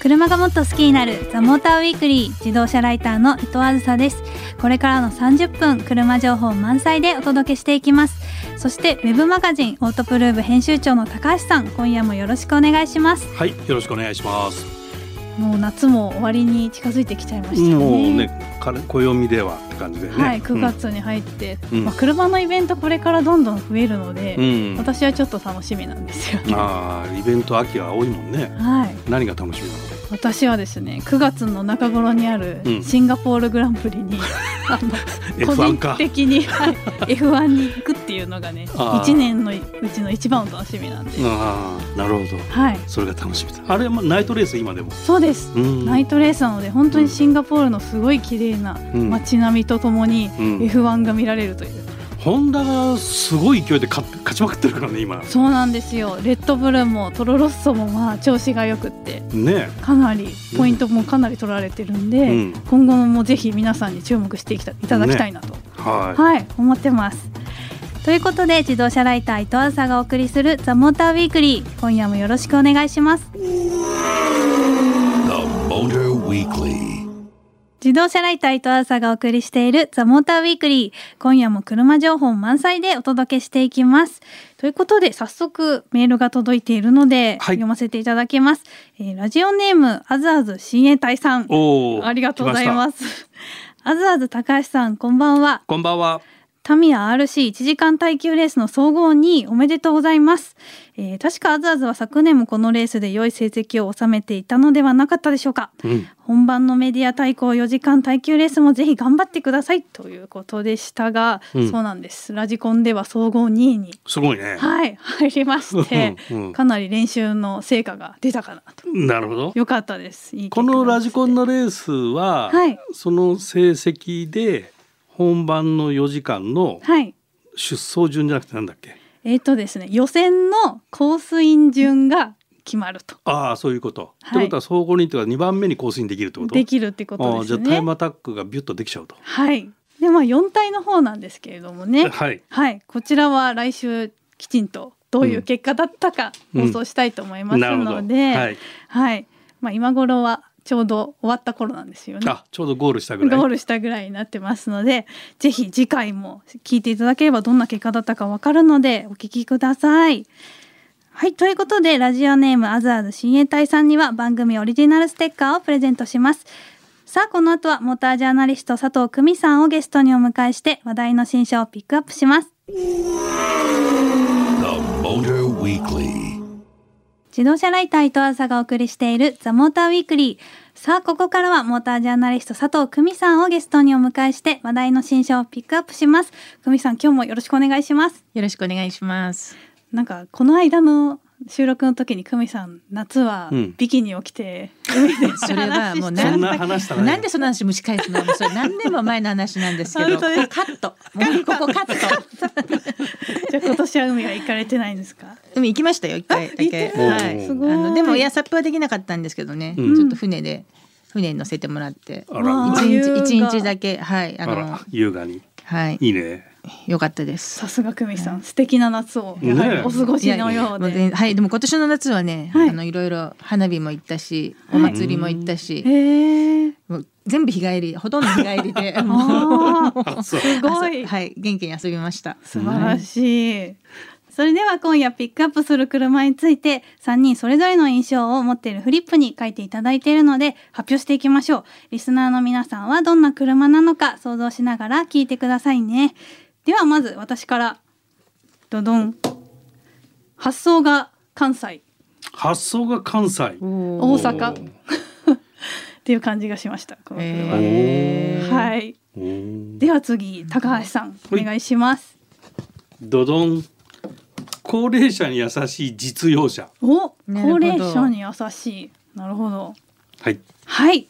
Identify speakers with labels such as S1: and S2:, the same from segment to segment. S1: 車がもっと好きになるザモーターウィークリー自動車ライターの伊藤あずさですこれからの30分車情報満載でお届けしていきますそしてウェブマガジンオートプルーブ編集長の高橋さん今夜もよろしくお願いします
S2: はい、よろしくお願いします。
S1: もう夏も終わりに近づいてきちゃいましたね
S2: もうね、かれ暦ではって感じだよね。
S1: はい9月に入って、
S2: うん
S1: まあ、車のイベントこれからどんどん増えるので、
S2: うん。うん。
S1: 私はちょっと楽しみなんですよね
S2: ああ、イベント秋は多いもんね。
S1: はい
S2: 何が楽しみなの？
S1: 私はですね9月の中頃にある
S2: うん
S1: シンガポールグランプ リに、あの個
S2: F1
S1: 人
S2: か。
S1: 的に、はい、F1 に行くっていうのがね
S2: あー
S1: 1年のうちの一番の楽しみなんで、
S2: ああ、なるほど。
S1: はい
S2: それが楽しみだ。あれもナイトレース今でも。
S1: そうです、
S2: うん
S1: ナイトレースなので本当にシンガポールのすごい綺麗な
S2: うん
S1: 街並みとともに
S2: うん
S1: F1 が見られるという、
S2: ホンダがすごい勢いで勝って勝ちまくってるからね今。
S1: そうなんですよレッドブルもトロロッソもまあ調子がよくって
S2: ね。
S1: かなりポイントもかなり取られてるんで、
S2: うん
S1: 今後もぜひ皆さんに注目していきたいただきたいなと、
S2: は
S1: はい思ってますということで自動車ライター伊藤朝がお送りする「ザ・モーターウィークリー今夜もよろしくお願いします
S3: The Motor Weekly.
S1: 自動車ライター伊藤朝がお送りしているザ・モーターウィークリー今夜も車情報満載でお届けしていきますということで早速メールが届いているので、
S2: はい
S1: 読ませていただきます、えーラジオネームあずあず親衛隊さん
S2: い。おお。。
S1: ありがとうございますす あずあず高橋さんこんばんは
S2: こんばんは。
S1: タミヤ RC1 時間耐久レースの総合2位おめでとうございます、えー確かアズアズは昨年もこのレースで良い成績を収めていたのではなかったでしょうか
S2: うん。
S1: 本番のメディア対抗4時間耐久レースもぜひ頑張ってくださいということでしたが、
S2: うん
S1: そうなんですラジコンでは総合2位に
S2: すごいね。
S1: はい入りまして
S2: うんうん
S1: かなり練習の成果が出たかなと
S2: なるほど。
S1: 良かったですいい結
S2: こ
S1: 果が出て
S2: のラジコンのレースは、
S1: はい
S2: その成績で本番の4時間の
S1: はい
S2: 出走順じゃなくてなんだっけ
S1: えっ、とですね予選のコース員順が決まると
S2: ああそういうこと。
S1: は
S2: って
S1: い
S2: ことは総合にというか2番目にコースにできるってこと
S1: できるってこと
S2: ああ
S1: で
S2: じゃ
S1: す
S2: あタイ
S1: ね
S2: ム。アタックがビュッとできちゃうと。
S1: はい。でまあ四体の方なんですけれど もね。
S2: はい。
S1: はい。こちらは来週きちんとどういう結果だったか
S2: うん
S1: 放送したいと思います
S2: なるほど。
S1: ので、
S2: はい、
S1: はい。まあ今頃はちょうど終わった頃なんですよね。
S2: あちょうどゴールした
S1: ゴ
S2: ぐらい。
S1: ールしたぐらいになってますので、ぜひ次回も聞いていただければどんな結果だったかわかるのでお聞きください。はい。ということで、ラジオネームあずあず親衛隊さんには番組オリジナルステッカーをプレゼントします。さあ、この後はモータージャーナリスト佐藤久美さんをゲストにお迎えして話題の新車をピックアップします。
S3: The Motor Weekly.
S1: 自動車ライター伊藤朝がお送りしているザモーターウィークリー。さあ、ここからはモータージャーナリスト佐藤久美さんをゲストにお迎えして話題の新車をピックアップします。久美さん、今日もよろしくお願いします。
S4: よろしくお願いします。
S1: なんか、この間の収録の時に久美さん、夏は
S2: うん
S1: ビキニを着て、海で
S4: それはもう
S2: そ
S4: なん
S2: な話したら、ね、
S4: なんでその話蒸し返すのも うそれ何年も前の話なんですけど
S1: 本当です
S4: カットもうここカット
S1: じゃあ今年は海は行かれてないんですか
S4: 海行きましたよ一回だけ
S1: 行って
S2: ない
S4: はい
S2: す
S1: ごい
S4: あのでもいやサップはできなかったんですけどね、
S2: うん
S4: ちょっと船で船に乗せてもらって
S2: あ
S1: わ
S2: ら
S4: 一
S1: あ優雅
S4: 日一日だけはいあ
S2: あ
S4: の
S2: ら優雅に
S4: はい
S2: いいね。
S4: 良かったです
S1: さすが久美さん、素敵な夏をやはり
S2: ね
S1: お過ごしのよう
S4: いやいやも全
S1: で。
S4: 然はいでも今年の夏はね、
S1: はい
S4: あのいろいろ花火も行ったし
S1: はい
S4: お祭りも行ったし、
S1: えー、
S4: もう全部日帰りほとんど日帰り で
S1: あー
S4: もう
S2: そう
S1: すごい
S4: 朝はい元気に遊びました
S1: 素晴らしい、それでは今夜ピックアップする車について3人それぞれの印象を持っているフリップに書いていただいているので発表していきましょうリスナーの皆さんはどんな車なのか想像しながら聞いてくださいねではまず私からドドン発想が関西
S2: 発想が関西。
S1: 大阪っていう感じがしましたこの車は、
S4: えー
S1: はい
S2: おー
S1: では次高橋さんお
S2: はい
S1: 願いします
S2: ドドン高齢者に優しい実用車。
S1: お高
S4: なるほど
S1: 齢者に優しいなるほど
S2: はい。
S1: はい。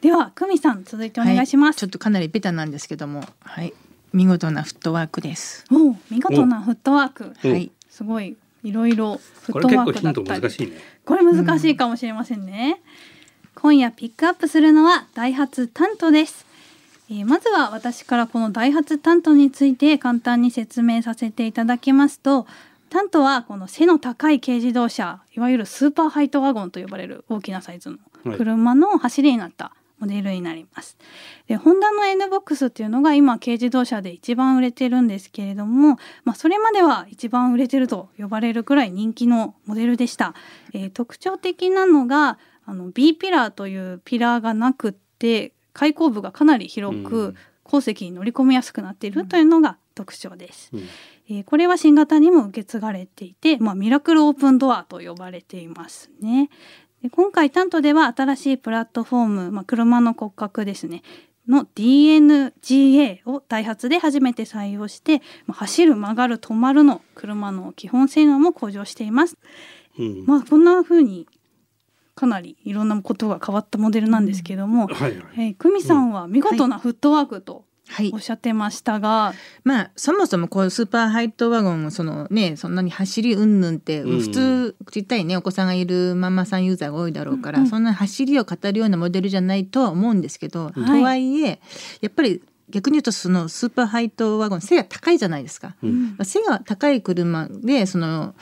S1: では、久美さん、続いてお願いします。
S4: ちょっとかなりベタなんですけども、はい、見事なフットワークです。
S1: おう見事なフットワーク。
S2: うん
S4: はい、
S1: すごい、いろいろフ
S2: これ
S1: ット
S2: 結
S1: ワ
S2: 構
S1: ーク
S2: ヒ
S1: だ
S2: ン
S1: っ
S2: ト
S1: た
S2: 難
S1: り。
S2: しいね。
S1: これ難しいかもしれませんね。今夜ピックアップするのはダイハツタントです。えーまずは私からこのダイハツタントについて簡単に説明させていただきますと、タントはこの背の高い軽自動車、いわゆるスーパーハイトワゴンと呼ばれる大きなサイズの
S2: はい
S1: 車の走りになったモデルになります。でホンダの N ボックスっていうのが今軽自動車で一番売れてるんですけれども、まあ、それまでは一番売れてると呼ばれるくらい人気のモデルでした。えー特徴的なのがあの B ピラーというピラーがなくって開口部がかなり広く、
S2: うん
S1: 後席に乗り込みやすくなっているというのが特徴です。
S2: うん
S1: えーこれは新型にも受け継がれていて、まあ、ミラクルオープンドアと呼ばれていますね。で今回担当では新しいプラットフォーム、まあ、車の骨格ですねの DNGA をダイハツで初めて採用して、まあ走る曲がる止まるの車の基本性能も向上しています。
S2: うん
S1: まあ、こんな風にかなりいろんなことが変わったモデルなんですけども、
S2: はいはい。
S1: えー、久美さんは見事なフットワークと
S4: はい
S1: おっしゃってましたが、
S4: まあそもそもこうスーパーハイトワゴンもそのねそんなに走りうんぬんって、
S2: うん
S4: 普通ちっちゃいねお子さんがいるママさんユーザーが多いだろうから、
S1: うんうん
S4: そんな走りを語るようなモデルじゃないとは思うんですけど、
S1: うん
S4: とはいえやっぱり逆に言うとそのスーパーハイトワゴン背が高いじゃないですか。
S2: う
S1: うん
S2: ん
S4: 背が高い車でその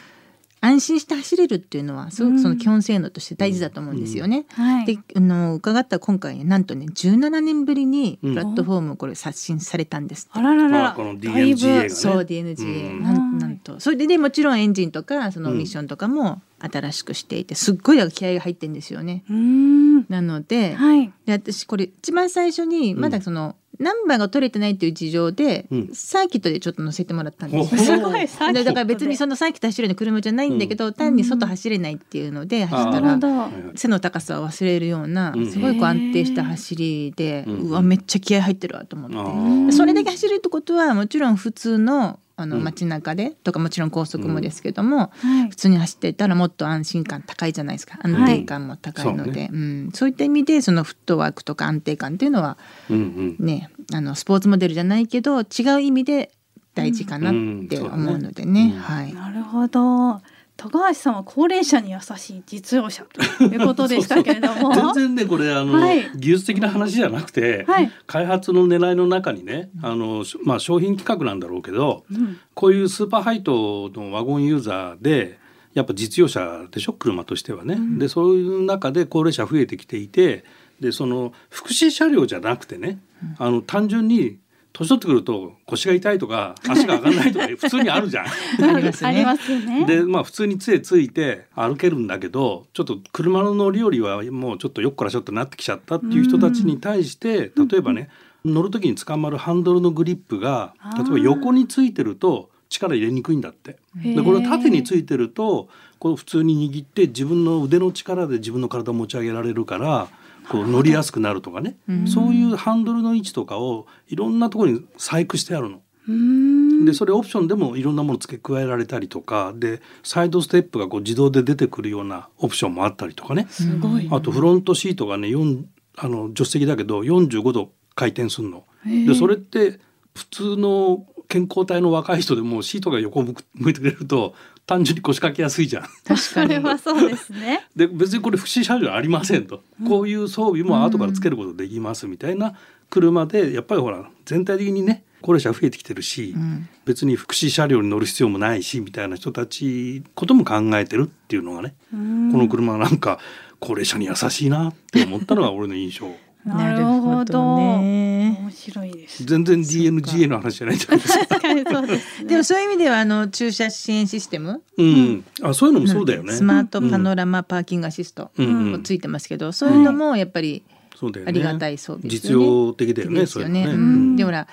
S4: 安心して走れるっていうのはすごくその基本性能として大事だと思うんですよね。
S1: はい、
S4: であの伺った今回ねなんとね17年ぶりに
S2: うん
S4: プラットフォームをこれ刷新されたんですって
S1: あららら
S2: あ
S1: ら、
S2: この
S1: だい
S2: DMGA がね
S1: ぶ
S4: そう
S2: う
S4: DNGA
S2: ん
S4: なんなんとそれでねもちろんエンジンとかその
S2: うん
S4: ミッションとかも新しくしていてすっごい気合が入ってんですよね。
S1: うーん、
S4: なので,、
S1: はい、
S4: で私これ一番最初に
S2: うん
S4: まだその、ナンバーが取れてないっていう事情で、
S2: うん
S4: サーキットでちょっと乗せてもらったんで
S2: ほ
S4: すよ。
S2: ほ
S1: すごいサーキット
S4: で
S1: で
S4: だから別にそのサーキット走るような車じゃないんだけど、単に外走れないっていうので走った
S1: なる
S4: ら
S1: ほど、
S2: はいはい
S4: 背の高さを忘れるような
S2: うん
S4: すごいこう安定した走りで、
S2: うん
S4: うわめっちゃ気合入ってるわと思って、
S2: ああ
S4: それだけ走るってことはもちろん普通のあの
S2: うん
S4: 街中で、とかもちろん高速もですけども、
S1: はい
S4: 普、通に走ってたらもっと安心感高いじゃないですか安定感も高いので、
S2: はい
S4: うんそういった意味でそのフットワークとか安定感っていうのは
S2: うんうん。
S4: ねあのスポーツモデルじゃないけど違う意味で大事かなって思うのでね。
S2: うんうん
S4: はい
S1: なるほど。高橋さんは高齢者に優しい実用者ということでしたけれど も、
S2: 全然ねこれあの、
S1: はい
S2: 技術的な話じゃなくて、
S1: はい
S2: 開発の狙いの中にねあの、しまあ、商品企画なんだろうけど、
S1: うん
S2: こういうスーパーハイトのワゴンユーザーでやっぱ実用車でしょ車としてはね。でそういう中で高齢者増えてきていてでその福祉車両じゃなくてね、あの単純に年取ってくると腰が痛いとか足が上がらないとか普通にあるじゃん。
S4: ありますね
S1: ありますよね。
S2: でまあ普通に杖ついて歩けるんだけどちょっと車の乗り降りはもうちょっとよっからちょっとなってきちゃったっていう人たちに対して例えばね乗る時に捕まるハンドルのグリップが
S1: あ
S2: 例え
S1: ー
S2: ば横についてると力入れにくいんだって。でこれは縦につ
S1: い
S2: いてるとこう普通に握って自分の腕の力で自分の体を持ち上げられるからこう乗りやすくなるとかね
S4: うん
S2: そういうハンドルの位置とかをいろんなところに細工してあるの。
S1: で
S2: でそれオプションでもいろんなもの付け加えられたりとかでサイドステップがこう自動で出てくるようなオプションもあったりとかね
S1: すごい。
S2: あとフロントシートがね4あの助手席だけど45度回転するの。でそれって普通の健康体の若い人でもシートが横向く向いてくれると単純に腰掛けやすいじゃん。
S4: 確か
S1: そ
S4: に
S1: れはそうですね。
S2: で別にこれ不審車両ありませんと、こういう装備も後からつけることできますみたいな車でやっぱりほら全体的にね高齢者増えてきてるし、
S4: うん
S2: 別に福祉車両に乗る必要もないしみたいな人たちことも考えてるっていうのがね、
S1: こ
S2: この車はなんか高齢者に優しいなって思ったのが俺の印象
S1: なるほど。
S4: ね
S1: 面白いです。
S2: 全然 DNGA の話じゃないんだけど さ、
S1: 確かにそうですね。
S4: でもそういう意味ではあの駐車支援システム
S2: うん、あそういうのもそうだよね
S4: スマートパノラマパーキングアシスト
S2: うんうん
S4: もついてますけど、そういうのもやっぱり
S2: そうだよね
S4: ありがたい装備です
S2: 実
S4: よね
S2: 用的だよね
S4: ですよね。
S2: そうれもね
S4: んでほら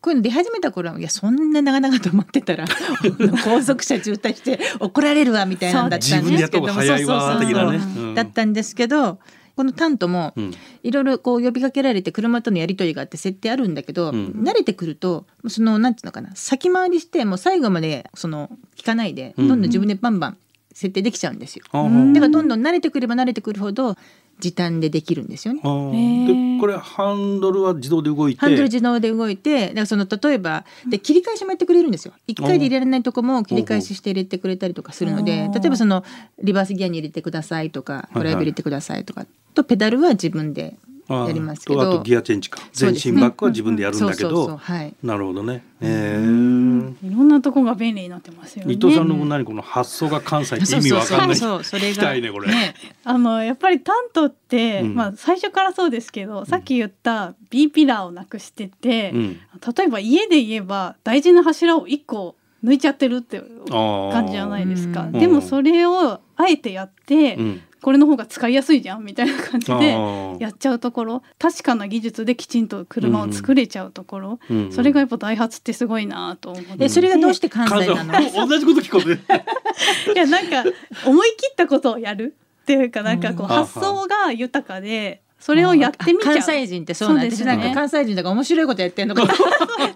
S4: こういうの出始めた頃はいやそんな長々と待って たら高速車渋滞して怒られるわみたいなんだったんですけ
S2: そう自分
S4: ども
S2: でやった方が早いわ
S4: そうそうそう
S2: 的なねうん
S4: だったんですけどこのタントも
S2: うん
S4: いろいろこう呼びかけられて車とのやり取りがあって設定あるんだけど、
S2: うん
S4: 慣れてくるとそのなんていうのかな先回りしてもう最後までその聞かないで
S2: うん
S4: どんどん自分でバンバン設定できちゃうんですよ。
S2: ああ
S1: うん
S4: だからどんどん慣れてくれば慣れてくるほど時短でできるんですよね
S2: あ。ー
S1: へえ
S2: でこれハンドルは自動で動いて
S4: ハンドル自動で動いて、だからその例えばで切り返しもやってくれるんですよ。一回で入れられないとこも切り返しして入れてくれたりとかするので、
S1: おー
S4: 例えばそのリバースギアに入れてくださいとか、
S2: いはい
S4: ドライブ入れてくださいとか、とペダルは自分で
S2: あー
S4: やりますけど
S2: とあとギアチェンジか
S4: そう
S2: 全
S4: です
S2: 身
S4: ね
S2: バックは自分でやるんだけ
S4: そうそうそう
S2: ど
S4: はい
S2: なるほどねえー
S1: いろんなとこが便利になってますよね
S2: 伊藤さんの何この発想が関西って意味わかんない
S4: そうそうそうそうそれ
S2: 聞
S4: が
S2: きたいねこれ
S4: ね
S1: あのやっぱり担東って、
S2: うん
S1: まあ最初からそうですけど、さっき言った B ピラーをなくしてて、
S2: うん
S1: 例えば家で言えば大事な柱を1個抜いちゃってるって感じじゃないです
S4: あ
S1: か
S4: ー
S1: でもそれをあえてやって、
S2: うん
S1: これの方が使いやすいじゃんみたいな感じ
S2: あ
S1: で
S2: ー
S1: やっちゃうところ確かな技術できちんと車を作れちゃうところ、
S2: うん
S1: それがやっぱダイハツってすごいなと思って、
S4: えそれがどうして関
S2: 関
S4: 西
S2: 西
S4: なの
S2: 同じこと聞こえてる
S1: いやなんか思い切ったことをやるっていうかなんかこ
S2: うん
S1: う発想が豊かでそれをやってみちゃう。
S4: 関西人ってそうなんです
S1: そうですね
S4: なんか関西人だから面白いことやってんの かな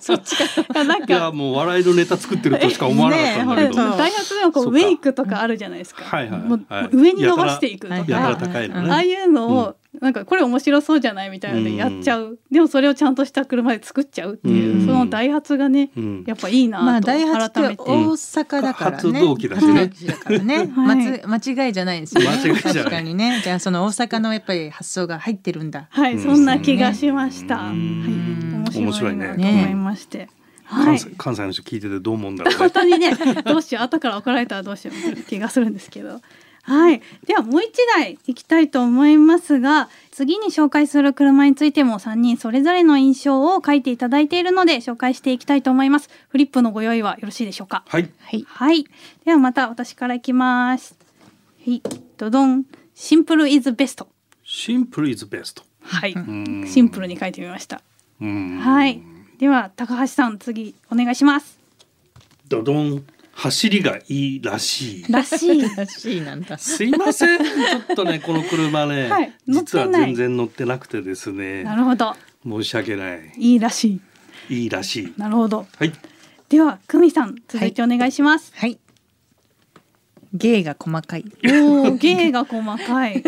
S4: そっちか
S1: なん
S2: いや
S1: か
S2: もう笑いのネタ作ってるとしか思わなかったんだけど
S4: ねえ本
S1: 大学でもこう
S2: そ
S1: ウ
S2: っか
S1: ェイクとかあるじゃないですか。
S2: はいはい
S1: もう
S2: はい
S1: 上に伸ばしていくとか、
S2: やたら高いのね
S1: ああいうのを、なんかこれ面白そうじゃないみたいなのでやっちゃう、でもそれをちゃんとした車で作っちゃうっていう、
S2: うん
S1: そのダイハツがね、
S2: うん
S1: やっぱいい
S4: ま
S1: な
S4: あ
S1: と
S4: ダイハツ
S1: 改
S4: っ
S1: め
S4: て
S1: て、
S4: 大阪だからね
S2: 初同期だしね
S4: 初同期だから ね
S1: はい
S4: まつ間違いじゃないですよね
S2: 間違いじゃない
S4: 確かにねじゃあその大阪のやっぱり発想が入ってるんだ
S1: はい、
S2: うん
S1: そんな気がしました。はい、
S2: ん
S1: 面白いなと
S4: 面白いね
S1: 思いまして、は
S2: 関
S1: い
S2: 西。関西の人聞いててどう思うんだろうね
S1: 本当にねどうしよう後から怒られたらどうしようみたいな気がするんですけどはいではもう一台いきたいと思いますが次に紹介する車についても3人それぞれの印象を書いていただいているので紹介していきたいと思いますフリップのご用意はよろしいでしょうか
S2: はい
S4: はい
S1: はいではまた私からいきますはいドドンシンプルイズベスト
S2: シンプルイズベスト
S1: はい
S2: ん
S1: シンプルに書いてみました
S2: うん
S1: はいでは高橋さん次お願いします
S2: ドドン走りがいいらしい
S1: らしい
S4: らしいなんだ
S2: すいませんちょっとねこの車ね、
S1: はい
S2: 実は
S1: 乗ってない
S2: 全然乗ってなくてです
S1: な
S2: ね
S1: るほど
S2: 申し訳ない
S1: いいらしい
S2: いいらしい
S1: なるほど
S2: はい
S1: では久美さん続いてお願いします、
S4: はい芸が細かい
S1: おお 芸が細か い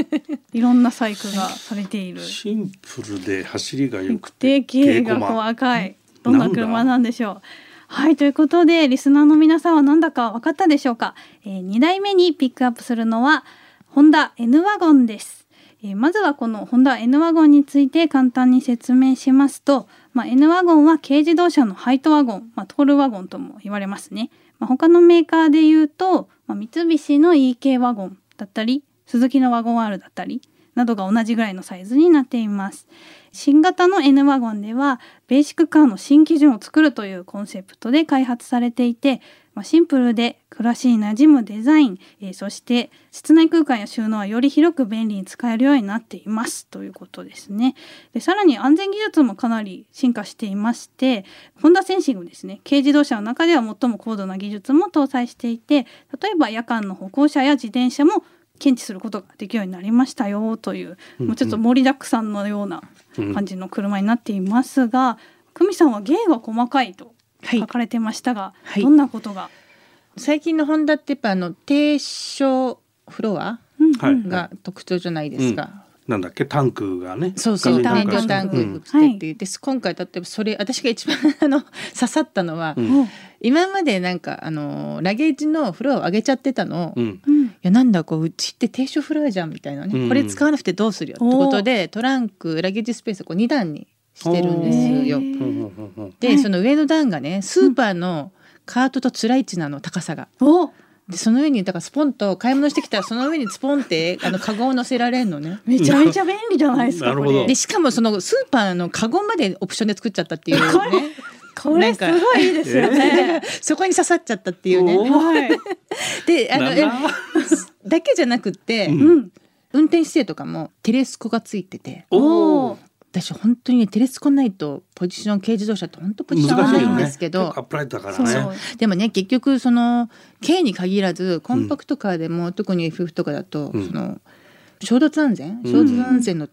S1: いろんな細工がされている
S2: シンプルで走りがよ
S1: よ
S2: く
S1: く
S2: て
S1: て芸が
S2: 稽古間
S1: 細かいどんな車なんでしょうはいということでリスナーの皆さんは何だか分かったでしょうか、えー、2台目にピックアップするのはホンダ N ワゴンです、えーまずはこのホンダ N ワゴンについて簡単に説明しますと、まあ、N ワゴンは軽自動車のハイトワゴン、まあ、トールワゴンとも言われますね、まあ、他のメーカーで言うと、まあ、三菱の EK ワゴンだったりスズキのワゴン R だったりなどが同じぐらいのサイズになっています新型の N ワゴンではベーシックカーの新基準を作るというコンセプトで開発されていて、まあ、シンプルで暮らしに馴染むデザイン、えーそして室内空間や収納はより広く便利に使えるようになっていますということですねでさらに安全技術もかなり進化していましてホンダセンシングですね軽自動車の中では最も高度な技術も搭載していて例えば夜間の歩行者や自転車も検知することができるようになりましたよという、もうちょっと盛りだくさんのような感じの車になっていますが、久美さんは芸が細かいと
S4: はい
S1: 書かれてましたが、
S4: はい
S1: どんなことが、
S4: 最近のホンダってやっぱあの低床フロア
S1: うん
S2: はい
S1: うん
S4: が特徴じゃないですか、
S2: なんだっけタンクがね
S4: そうそう
S2: ガ
S4: 燃
S2: ソリン
S4: 料タ
S2: タン
S4: ン
S2: ク
S4: ク
S2: が
S4: いくつってってです今回例えばそれ私が一番あの刺さったのは、
S2: うん
S1: お
S4: 今までなんかあのラゲージのフロアを上げちゃってたの
S2: う
S4: を、い
S2: ん
S1: うん
S4: やなんだこううちって低床フロアじゃんみたいなね、
S2: うん
S4: これ使わなくてどうするよってことでトランクラゲージスペースをこう2段にしてるんですよ
S1: へ。ー
S2: うんうんうんうん
S4: で、
S1: はい
S4: その上の段がねスーパーのカートとつらい位置なの高さが。
S1: お
S4: でその上にだからスポンと買い物してきたらその上にスポン ってあのカゴを乗せられるのね。
S1: めちゃめちゃ便利じゃないですか
S2: なるほ
S1: こ
S2: ど
S1: れ
S4: でしかもそのスーパーのカゴまでオプションで作っちゃったっていうね。
S1: これすごいいいですよね、
S4: そこに刺さっちゃったっていうね。
S1: はい、
S4: であの
S2: なんだ
S4: え だけじゃなくって、
S2: うん
S1: うん、
S4: 運転姿勢とかもテレスコがついてて
S2: お
S1: お
S2: お
S1: ー
S4: 私本当にねテレスコないとポジション軽自動車って本当ポジションがないんですけど、
S2: アップライトだから
S1: そう
S2: ね
S1: そう
S4: でもね結局その軽に限らずコンパクトカーでも、特に FF とかだと、
S2: うん
S4: その衝突安全
S2: うん
S4: 衝突安全の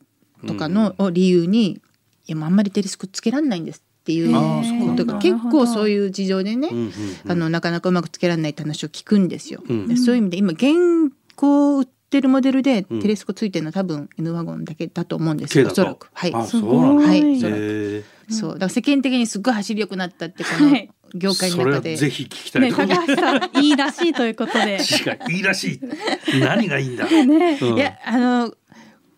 S4: とかの、を理由にいやもうあんまりテレスコつけられないんですっていう
S1: へ
S2: ーそうな
S4: こ
S2: ん
S4: と
S2: だ
S4: が結構そう
S1: う
S4: いう事情でね、
S2: うんうんうん
S4: あのなかなかうまくつけられないって話を聞くんですよ。
S2: うん
S4: でそういう意味で今現行売ってるモデルで
S2: うん
S4: テレスコついてるのは多分 N ワゴンだけだと思うんです
S2: 軽だ
S4: よお
S2: と
S4: そらく。はい
S2: あそ
S1: す
S2: うなん
S1: ご
S2: だ
S4: はい
S1: い、
S4: それ
S2: へー
S4: そうだから世間的にすっごい走り良くなったってこ
S1: はい
S4: の業界の
S2: それ
S4: 中
S2: は
S4: で、
S2: ぜひ聞きたい
S1: ね
S2: と思う
S1: 高橋さんいいらしいということで
S2: 確かにいいらしい何がいいんだ
S1: ね
S2: うん
S4: いやあの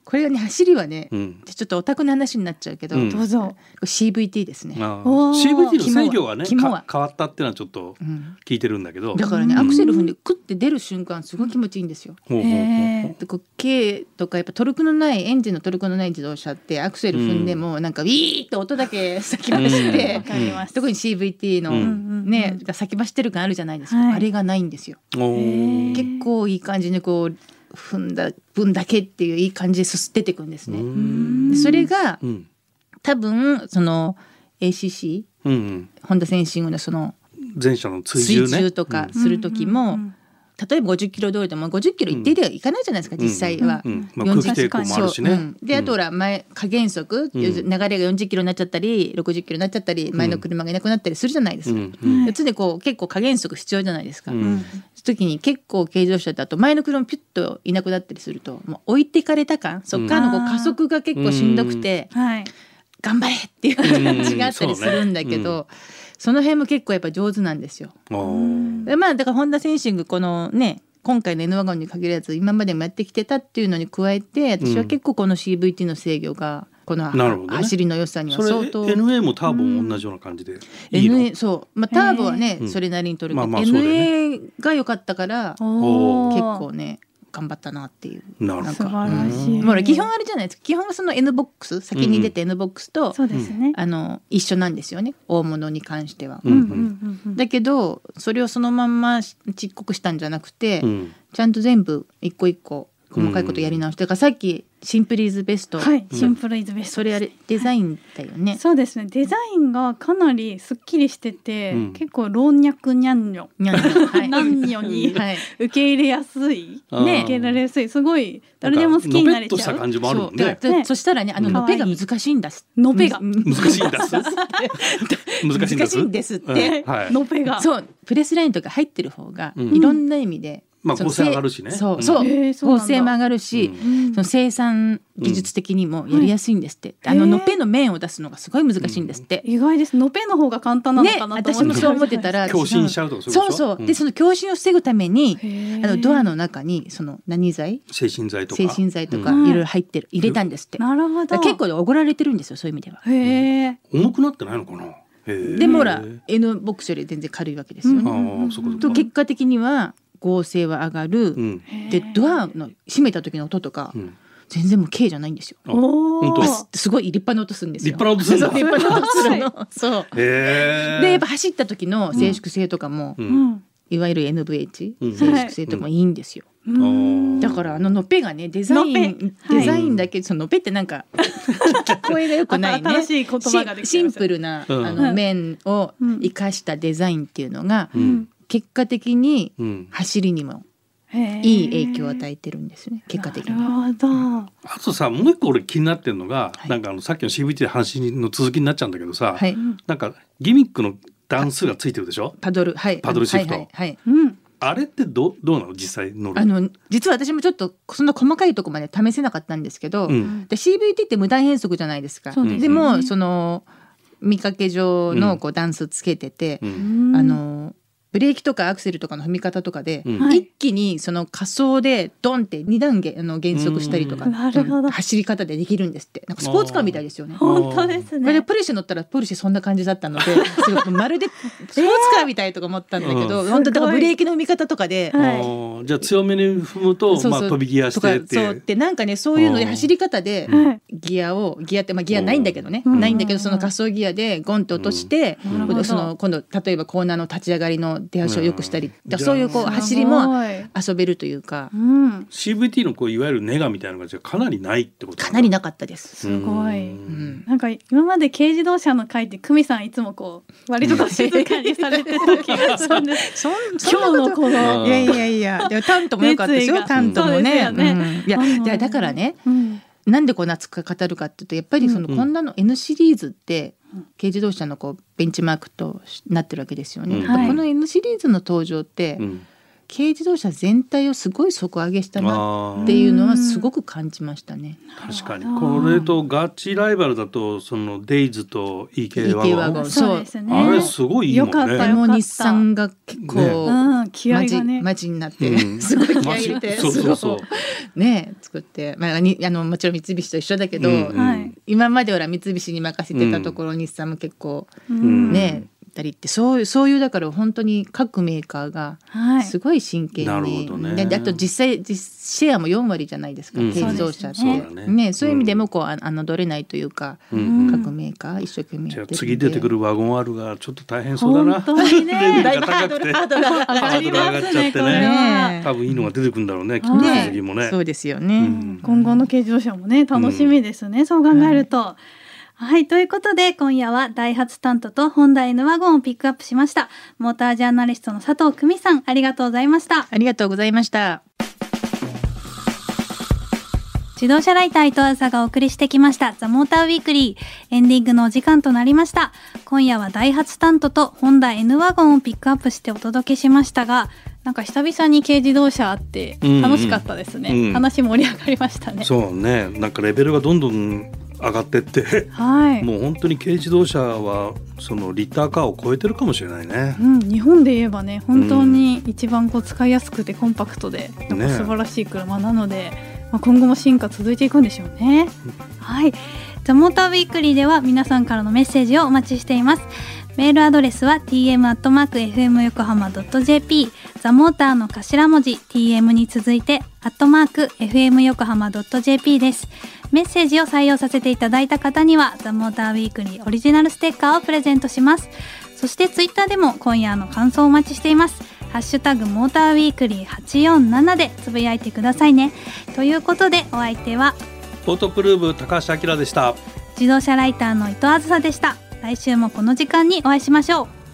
S4: これがね走りはね、
S2: うん
S4: ちょっとオタクの話になっちゃうけど、
S2: うん
S1: どうぞ
S4: CVT ですね、
S2: ああ
S1: おー
S2: CVT の制御がね
S4: 肝は肝は
S2: か変わったっていうのはちょっと
S4: うん
S2: 聞いてるんだけど
S4: だからね、
S1: うん
S4: アクセル踏んでクッて出る瞬間すごい気持ちいいんですよ。
S2: ほうほうほう
S1: へー
S4: でこう K とかやっぱトルクのないエンジンのトルクのない自動車ってアクセル踏んでもなんかウィーって音だけ先走っ
S2: うん
S1: わ
S4: て、
S1: かります。
S4: 特に CVT の、
S2: うん
S4: ねが先走ってる感あるじゃないですか、
S1: はい
S4: あれがないんですよ。
S2: おー
S1: へー
S4: 結構いい感じにこう踏んだ分だけっていういい感じですす出てくんです
S2: う
S4: ね。
S2: ん
S4: でそれが
S2: うん
S4: 多分その ACC
S2: うんうん
S4: ホンダセンシングのその
S2: 前者の追従
S4: 水
S2: ね
S4: 中とかする時も、
S1: うんうんうん
S4: 例えば50キロ通りでも50キロ一定ではいかないじゃないですか、
S2: ん
S4: 実際は。
S2: うんうんまあ、
S4: 40
S2: 空気抵抗もあるしね、
S4: そううんであとほら前加減速、
S2: うん
S4: 流れが40キロになっちゃったり60キロになっちゃったり前の車がいなくなったりするじゃないです
S2: う
S4: か。
S2: んうん
S4: で常にこう結構加減速必要じゃないですか。
S2: う
S4: そうんいう時に結構軽乗車だと前の車もピュッといなくなったりするともう置いていかれた感そっからのこ
S1: うん
S4: う加速が結構しんどくて、
S1: はい。
S4: 頑張れっていう感じがあったりするんだけど、
S2: うん
S4: その辺も結構やっぱ上手なんですよ。
S2: あー
S4: でまあだからホンダセンシングこのね今回の N ワゴンに限らず今までもやってきてたっていうのに加えて私は結構この CVT の制御がこの、
S2: なるほどね
S4: 走りの良さには
S2: それ
S4: 相当
S2: NA もターボも同じような感じでいいの、
S4: NA そう、まあ、ターボはね、
S2: うん
S4: それなりに取るけど、
S2: まあまあそうだよね
S4: NA が良かったから結
S1: おー
S4: 構ね頑張ったなっていう。
S2: なる
S4: な
S2: ほ
S4: ん
S1: 素
S4: か
S1: 晴らしい。
S4: ほら基本あれじゃないですか基本はその N ボックス先に出て N ボックスと、
S1: そうですね。
S4: あの一緒なんですよね大物に関しては。
S2: ど、うんうん
S1: ん
S4: だけどそれをそのまんましちっこくしたんじゃなくて、
S2: うん
S4: ちゃんと全部一個一個細かいことやり直して、だからさっきシンプルイズベスト、
S1: はい、シンプルイズベスト。
S4: それあれデザインだよね。
S1: そうですね。デザインがかなりすっきりしてて、
S2: うん
S1: 結構老若にゃんにょ、
S4: にゃんにゃ んはい
S1: なんにょに
S4: はい
S1: 受け入れやすい、
S2: あー
S1: ね、受け入れやすい、すごい誰でも好きになれ
S2: んかのぺっと
S1: ち
S2: し
S1: ゃ
S2: た
S1: う。
S2: 感じもあるもん
S4: そうだ
S2: ね
S4: から
S1: ね
S4: そしたらねあの
S1: うん
S4: のぺが難しいんだす
S1: のぺが
S4: うん
S2: 難し いんだす難しいんだ
S4: 難
S2: す
S4: しいんですって、
S2: うんはい
S1: のぺが。
S4: そうプレスラインとか入ってる方が
S2: うん
S4: いろんな意味で、
S2: まあ
S4: その
S2: 合成上がるしね
S4: そううんそう
S1: へーそうなん
S4: 合
S1: だ
S4: 成も上がるし、
S2: うん
S1: うん
S4: その生産技術的にもやりやすいんですって、
S1: うん
S4: あの
S1: へー
S4: のっぺの面を出すのがすごい難しいんですって、
S1: 意外です。のぺの方が簡単なの
S4: ね
S1: かなと思
S4: 私もそう思ってた。ら
S2: 共振しちゃうとか
S4: そうそう、でその共振を防ぐために
S1: へー
S4: あのドアの中にその何剤
S2: 精神剤とか
S4: 精神剤とか
S1: うん
S4: いろいろ入ってる、入れたんですってだか
S1: なるほど。
S4: ら結構おごられてるんですよそういう意味では、
S1: へえ。
S2: 重くなってないのかなへー
S4: でもほら N ボックスより全然軽いわけですよ
S2: あ
S4: ね、
S2: ーそこそ
S4: と
S2: こ
S4: 結果的には合成は上がる、
S2: うん
S4: でドアの閉めた時の音とか、
S2: うん
S4: 全然もう軽じゃないんですよ
S2: あ
S1: おー
S2: 本当です
S4: すごい立派な音するんですよ
S2: 立派な音するんだ
S4: そう立派な音するのそう
S2: へー
S4: でやっぱ走った時の静粛性とかも、
S2: うん
S1: うん。
S4: いわゆる NVH、
S2: うん
S4: 静粛性とかもいいんですよ、
S1: う
S2: あ
S1: ん
S2: ー
S4: だからあののっぺがねデザイ
S1: のっ
S4: ン
S1: ぺはい
S4: デザインだけそののっぺってなんか聞こえが良くないね
S1: 新しい言葉ができ
S4: シ
S1: ちゃい
S4: シ
S1: ま
S4: ン
S1: した
S4: プルな、
S2: うん
S4: あの面を
S1: うん
S4: 生かしたデザインっていうのが、
S2: うん
S4: 結果的に
S2: うん
S4: 走りにも
S1: へー
S4: いい影響を与えてるんですね結果的には。
S1: なるほど。
S2: あとさもう一個俺気になってるのが、
S4: はい
S2: なんかあのさっきの CVT の話の続きになっちゃうんだけどさ、
S4: はい、
S2: なんかギミックの段数がついてるでしょ
S4: パドルはい
S2: パドルシフト
S4: はいはいはい
S1: うん。
S2: あれってどどうなの実際乗る
S4: あの実は私もちょっとそんな細かいとこまで試せなかったんですけど、
S2: うん
S4: で CVT って無断変則じゃないですか。
S1: そう
S2: ですね
S4: でもその見かけ上のこう段数つけてて、
S2: うん
S4: あのブレーキとかアクセルとかの踏み方とかで、
S2: うん
S1: はい
S4: 一気にその仮想でドンって二段げあの減速したりとか、
S1: うんなるほど
S4: 走り方でできるんですってなんかスポーツカーみたいですよね。こ
S1: 本当です
S4: れで
S1: ね。
S4: ポルシェ乗ったらポルシェそんな感じだったのですごいまるでスポーツカーみたいとか思ったんだけど、
S1: うん
S4: 本当だか
S1: す
S4: ら
S1: ごい
S4: ブレーキの踏み方とかで、
S1: はい
S2: あーじゃあ強めに踏むと
S4: そうそう
S2: まあ、飛びギアし
S4: とか
S2: てってい
S4: そう
S2: う
S4: ってなんかねそういうので
S2: うん
S4: 走り方で
S1: はい
S4: ギアをギアってまあギアないんだけどね、
S1: うん
S4: ないんだけどその仮想ギアでゴンって落として、
S1: うんなるほど
S4: その今度例えばコーナーの立ち上がりの出足を良くしたり、
S2: うん
S4: だからそういうこう
S2: じゃあ
S4: 走りも
S1: す
S4: 遊べるというか
S1: ごいうん。
S2: CVT のこういわゆるネガみたいなのがじゃあかなりないってこと
S4: かなり
S2: な
S4: なかったです。
S1: すごい
S4: うん
S1: なんか今まで軽自動車の回って久美さんいつもこう割とこう静かにされてた気がするんです。
S4: そん
S1: 今日のこの。
S4: いやいやいや、でもタントも良かったです
S1: 熱意
S4: よ、
S1: が
S4: タントも
S1: そ
S4: ね。
S1: うですよね
S4: うんいや、
S1: うん
S4: いやだからね、
S1: うん
S4: なんでこんな扱い語るかっていうとやっぱりその、
S2: うん
S4: こんなの N シリーズって軽自動車のこうベンチマークとしなってるわけですよね。
S2: うん
S4: やっぱこの N シリーズの登場って、
S2: うん
S4: 軽自動車全体をすごい底上げしたな
S2: あ
S4: っ
S2: ー
S4: ていうのはすごく感じましたね。
S2: 確かにこれとガチライバルだとそのデイズと EK ワ
S4: EK ワ
S2: ゴ
S4: ゴ
S2: ン
S4: ン
S1: そうですね。
S2: あれすごいいいもんね
S1: よかった
S4: で
S1: よ
S4: も日産が結
S2: ね
S4: 構、
S1: うん、気合
S4: マ
S1: が
S4: ジ
S1: ね。
S4: マジになって、
S2: うん
S4: すごい気合い入れて
S2: そうそうそう
S4: すごいね作って、まあ、にあのもちろん三菱と一緒だけど、
S2: うんうん
S1: はい
S4: 今までほら三菱に任せてたところ、日産も結構
S1: うん
S4: ね、たりってそういうそういうだから本当に各メーカーが
S1: はい。
S4: すごい真剣に、
S2: なるほどね
S4: でであと実際実シェアも4割じゃないですか、
S2: うん
S4: 軽自動車って
S1: そう
S2: だね
S4: そういう意味でもこうああのどれないというか、
S2: うん
S4: 各メーカー一生懸命
S2: じ
S4: や
S2: ゃ
S4: っ
S2: あ
S4: てるんで
S2: 次出てくるワゴンあるがちょっと大変そうだな。
S1: 本 当にね
S2: レベル
S4: だいぶ
S2: が
S4: ハー
S2: 高
S4: ド
S2: く
S4: ル
S2: て
S4: ハードル上が
S2: ハードル上がっちゃって
S1: 上がりますねこれ
S2: ね。
S1: は
S4: ね
S2: 多分いいのが出てくるんだろうね。きっと
S1: ね
S2: 次もね。
S4: そうですよね、
S2: うん
S1: 今後の軽自動車もね楽しみですね、そう考えると。はいということで今夜はダイハツタントとホンダ N ワゴンをピックアップしましたモータージャーナリストの佐藤久美さんありがとうございました
S4: ありがとうございました
S1: 自動車ライター伊藤朝がお送りしてきましたザ・モーターウィークリーエンディングのお時間となりました今夜はダイハツタントとホンダ N ワゴンをピックアップしてお届けしましたがなんか久々に軽自動車あって
S2: うんうん
S1: 楽しかったですね、
S2: うん
S1: 話盛り上がりましたね
S2: そうね。なんかレベルがどんどん上がってって、
S1: はい
S2: もう本当に軽自動車はそのリッターカーを超えてるかもしれないね
S1: う。ん、日本で言えばね本当に一番こう使いやすくてコンパクトで、なんか
S2: ね
S1: 素晴らしい車なので、まあ、今後も進化続いていくんでしょうね。はいザ・モーターウィークリーでは皆さんからのメッセージをお待ちしています。メールアドレスは tm.fmyokohama.jp ザ・モーターの頭文字 tm に続いて .fmyokohama.jp です。メッセージを採用させていただいた方にはザ・モーターウィークリーオリジナルステッカーをプレゼントします。そしてツイッターでも今夜の感想をお待ちしています。ハッシュタグモーターウィークリー847でつぶやいてくださいね。ということでお相手は
S2: オートプルーブ高橋明でした。
S1: 自動車ライターの伊藤あずさでした。来週もこの時間にお会いしましょう。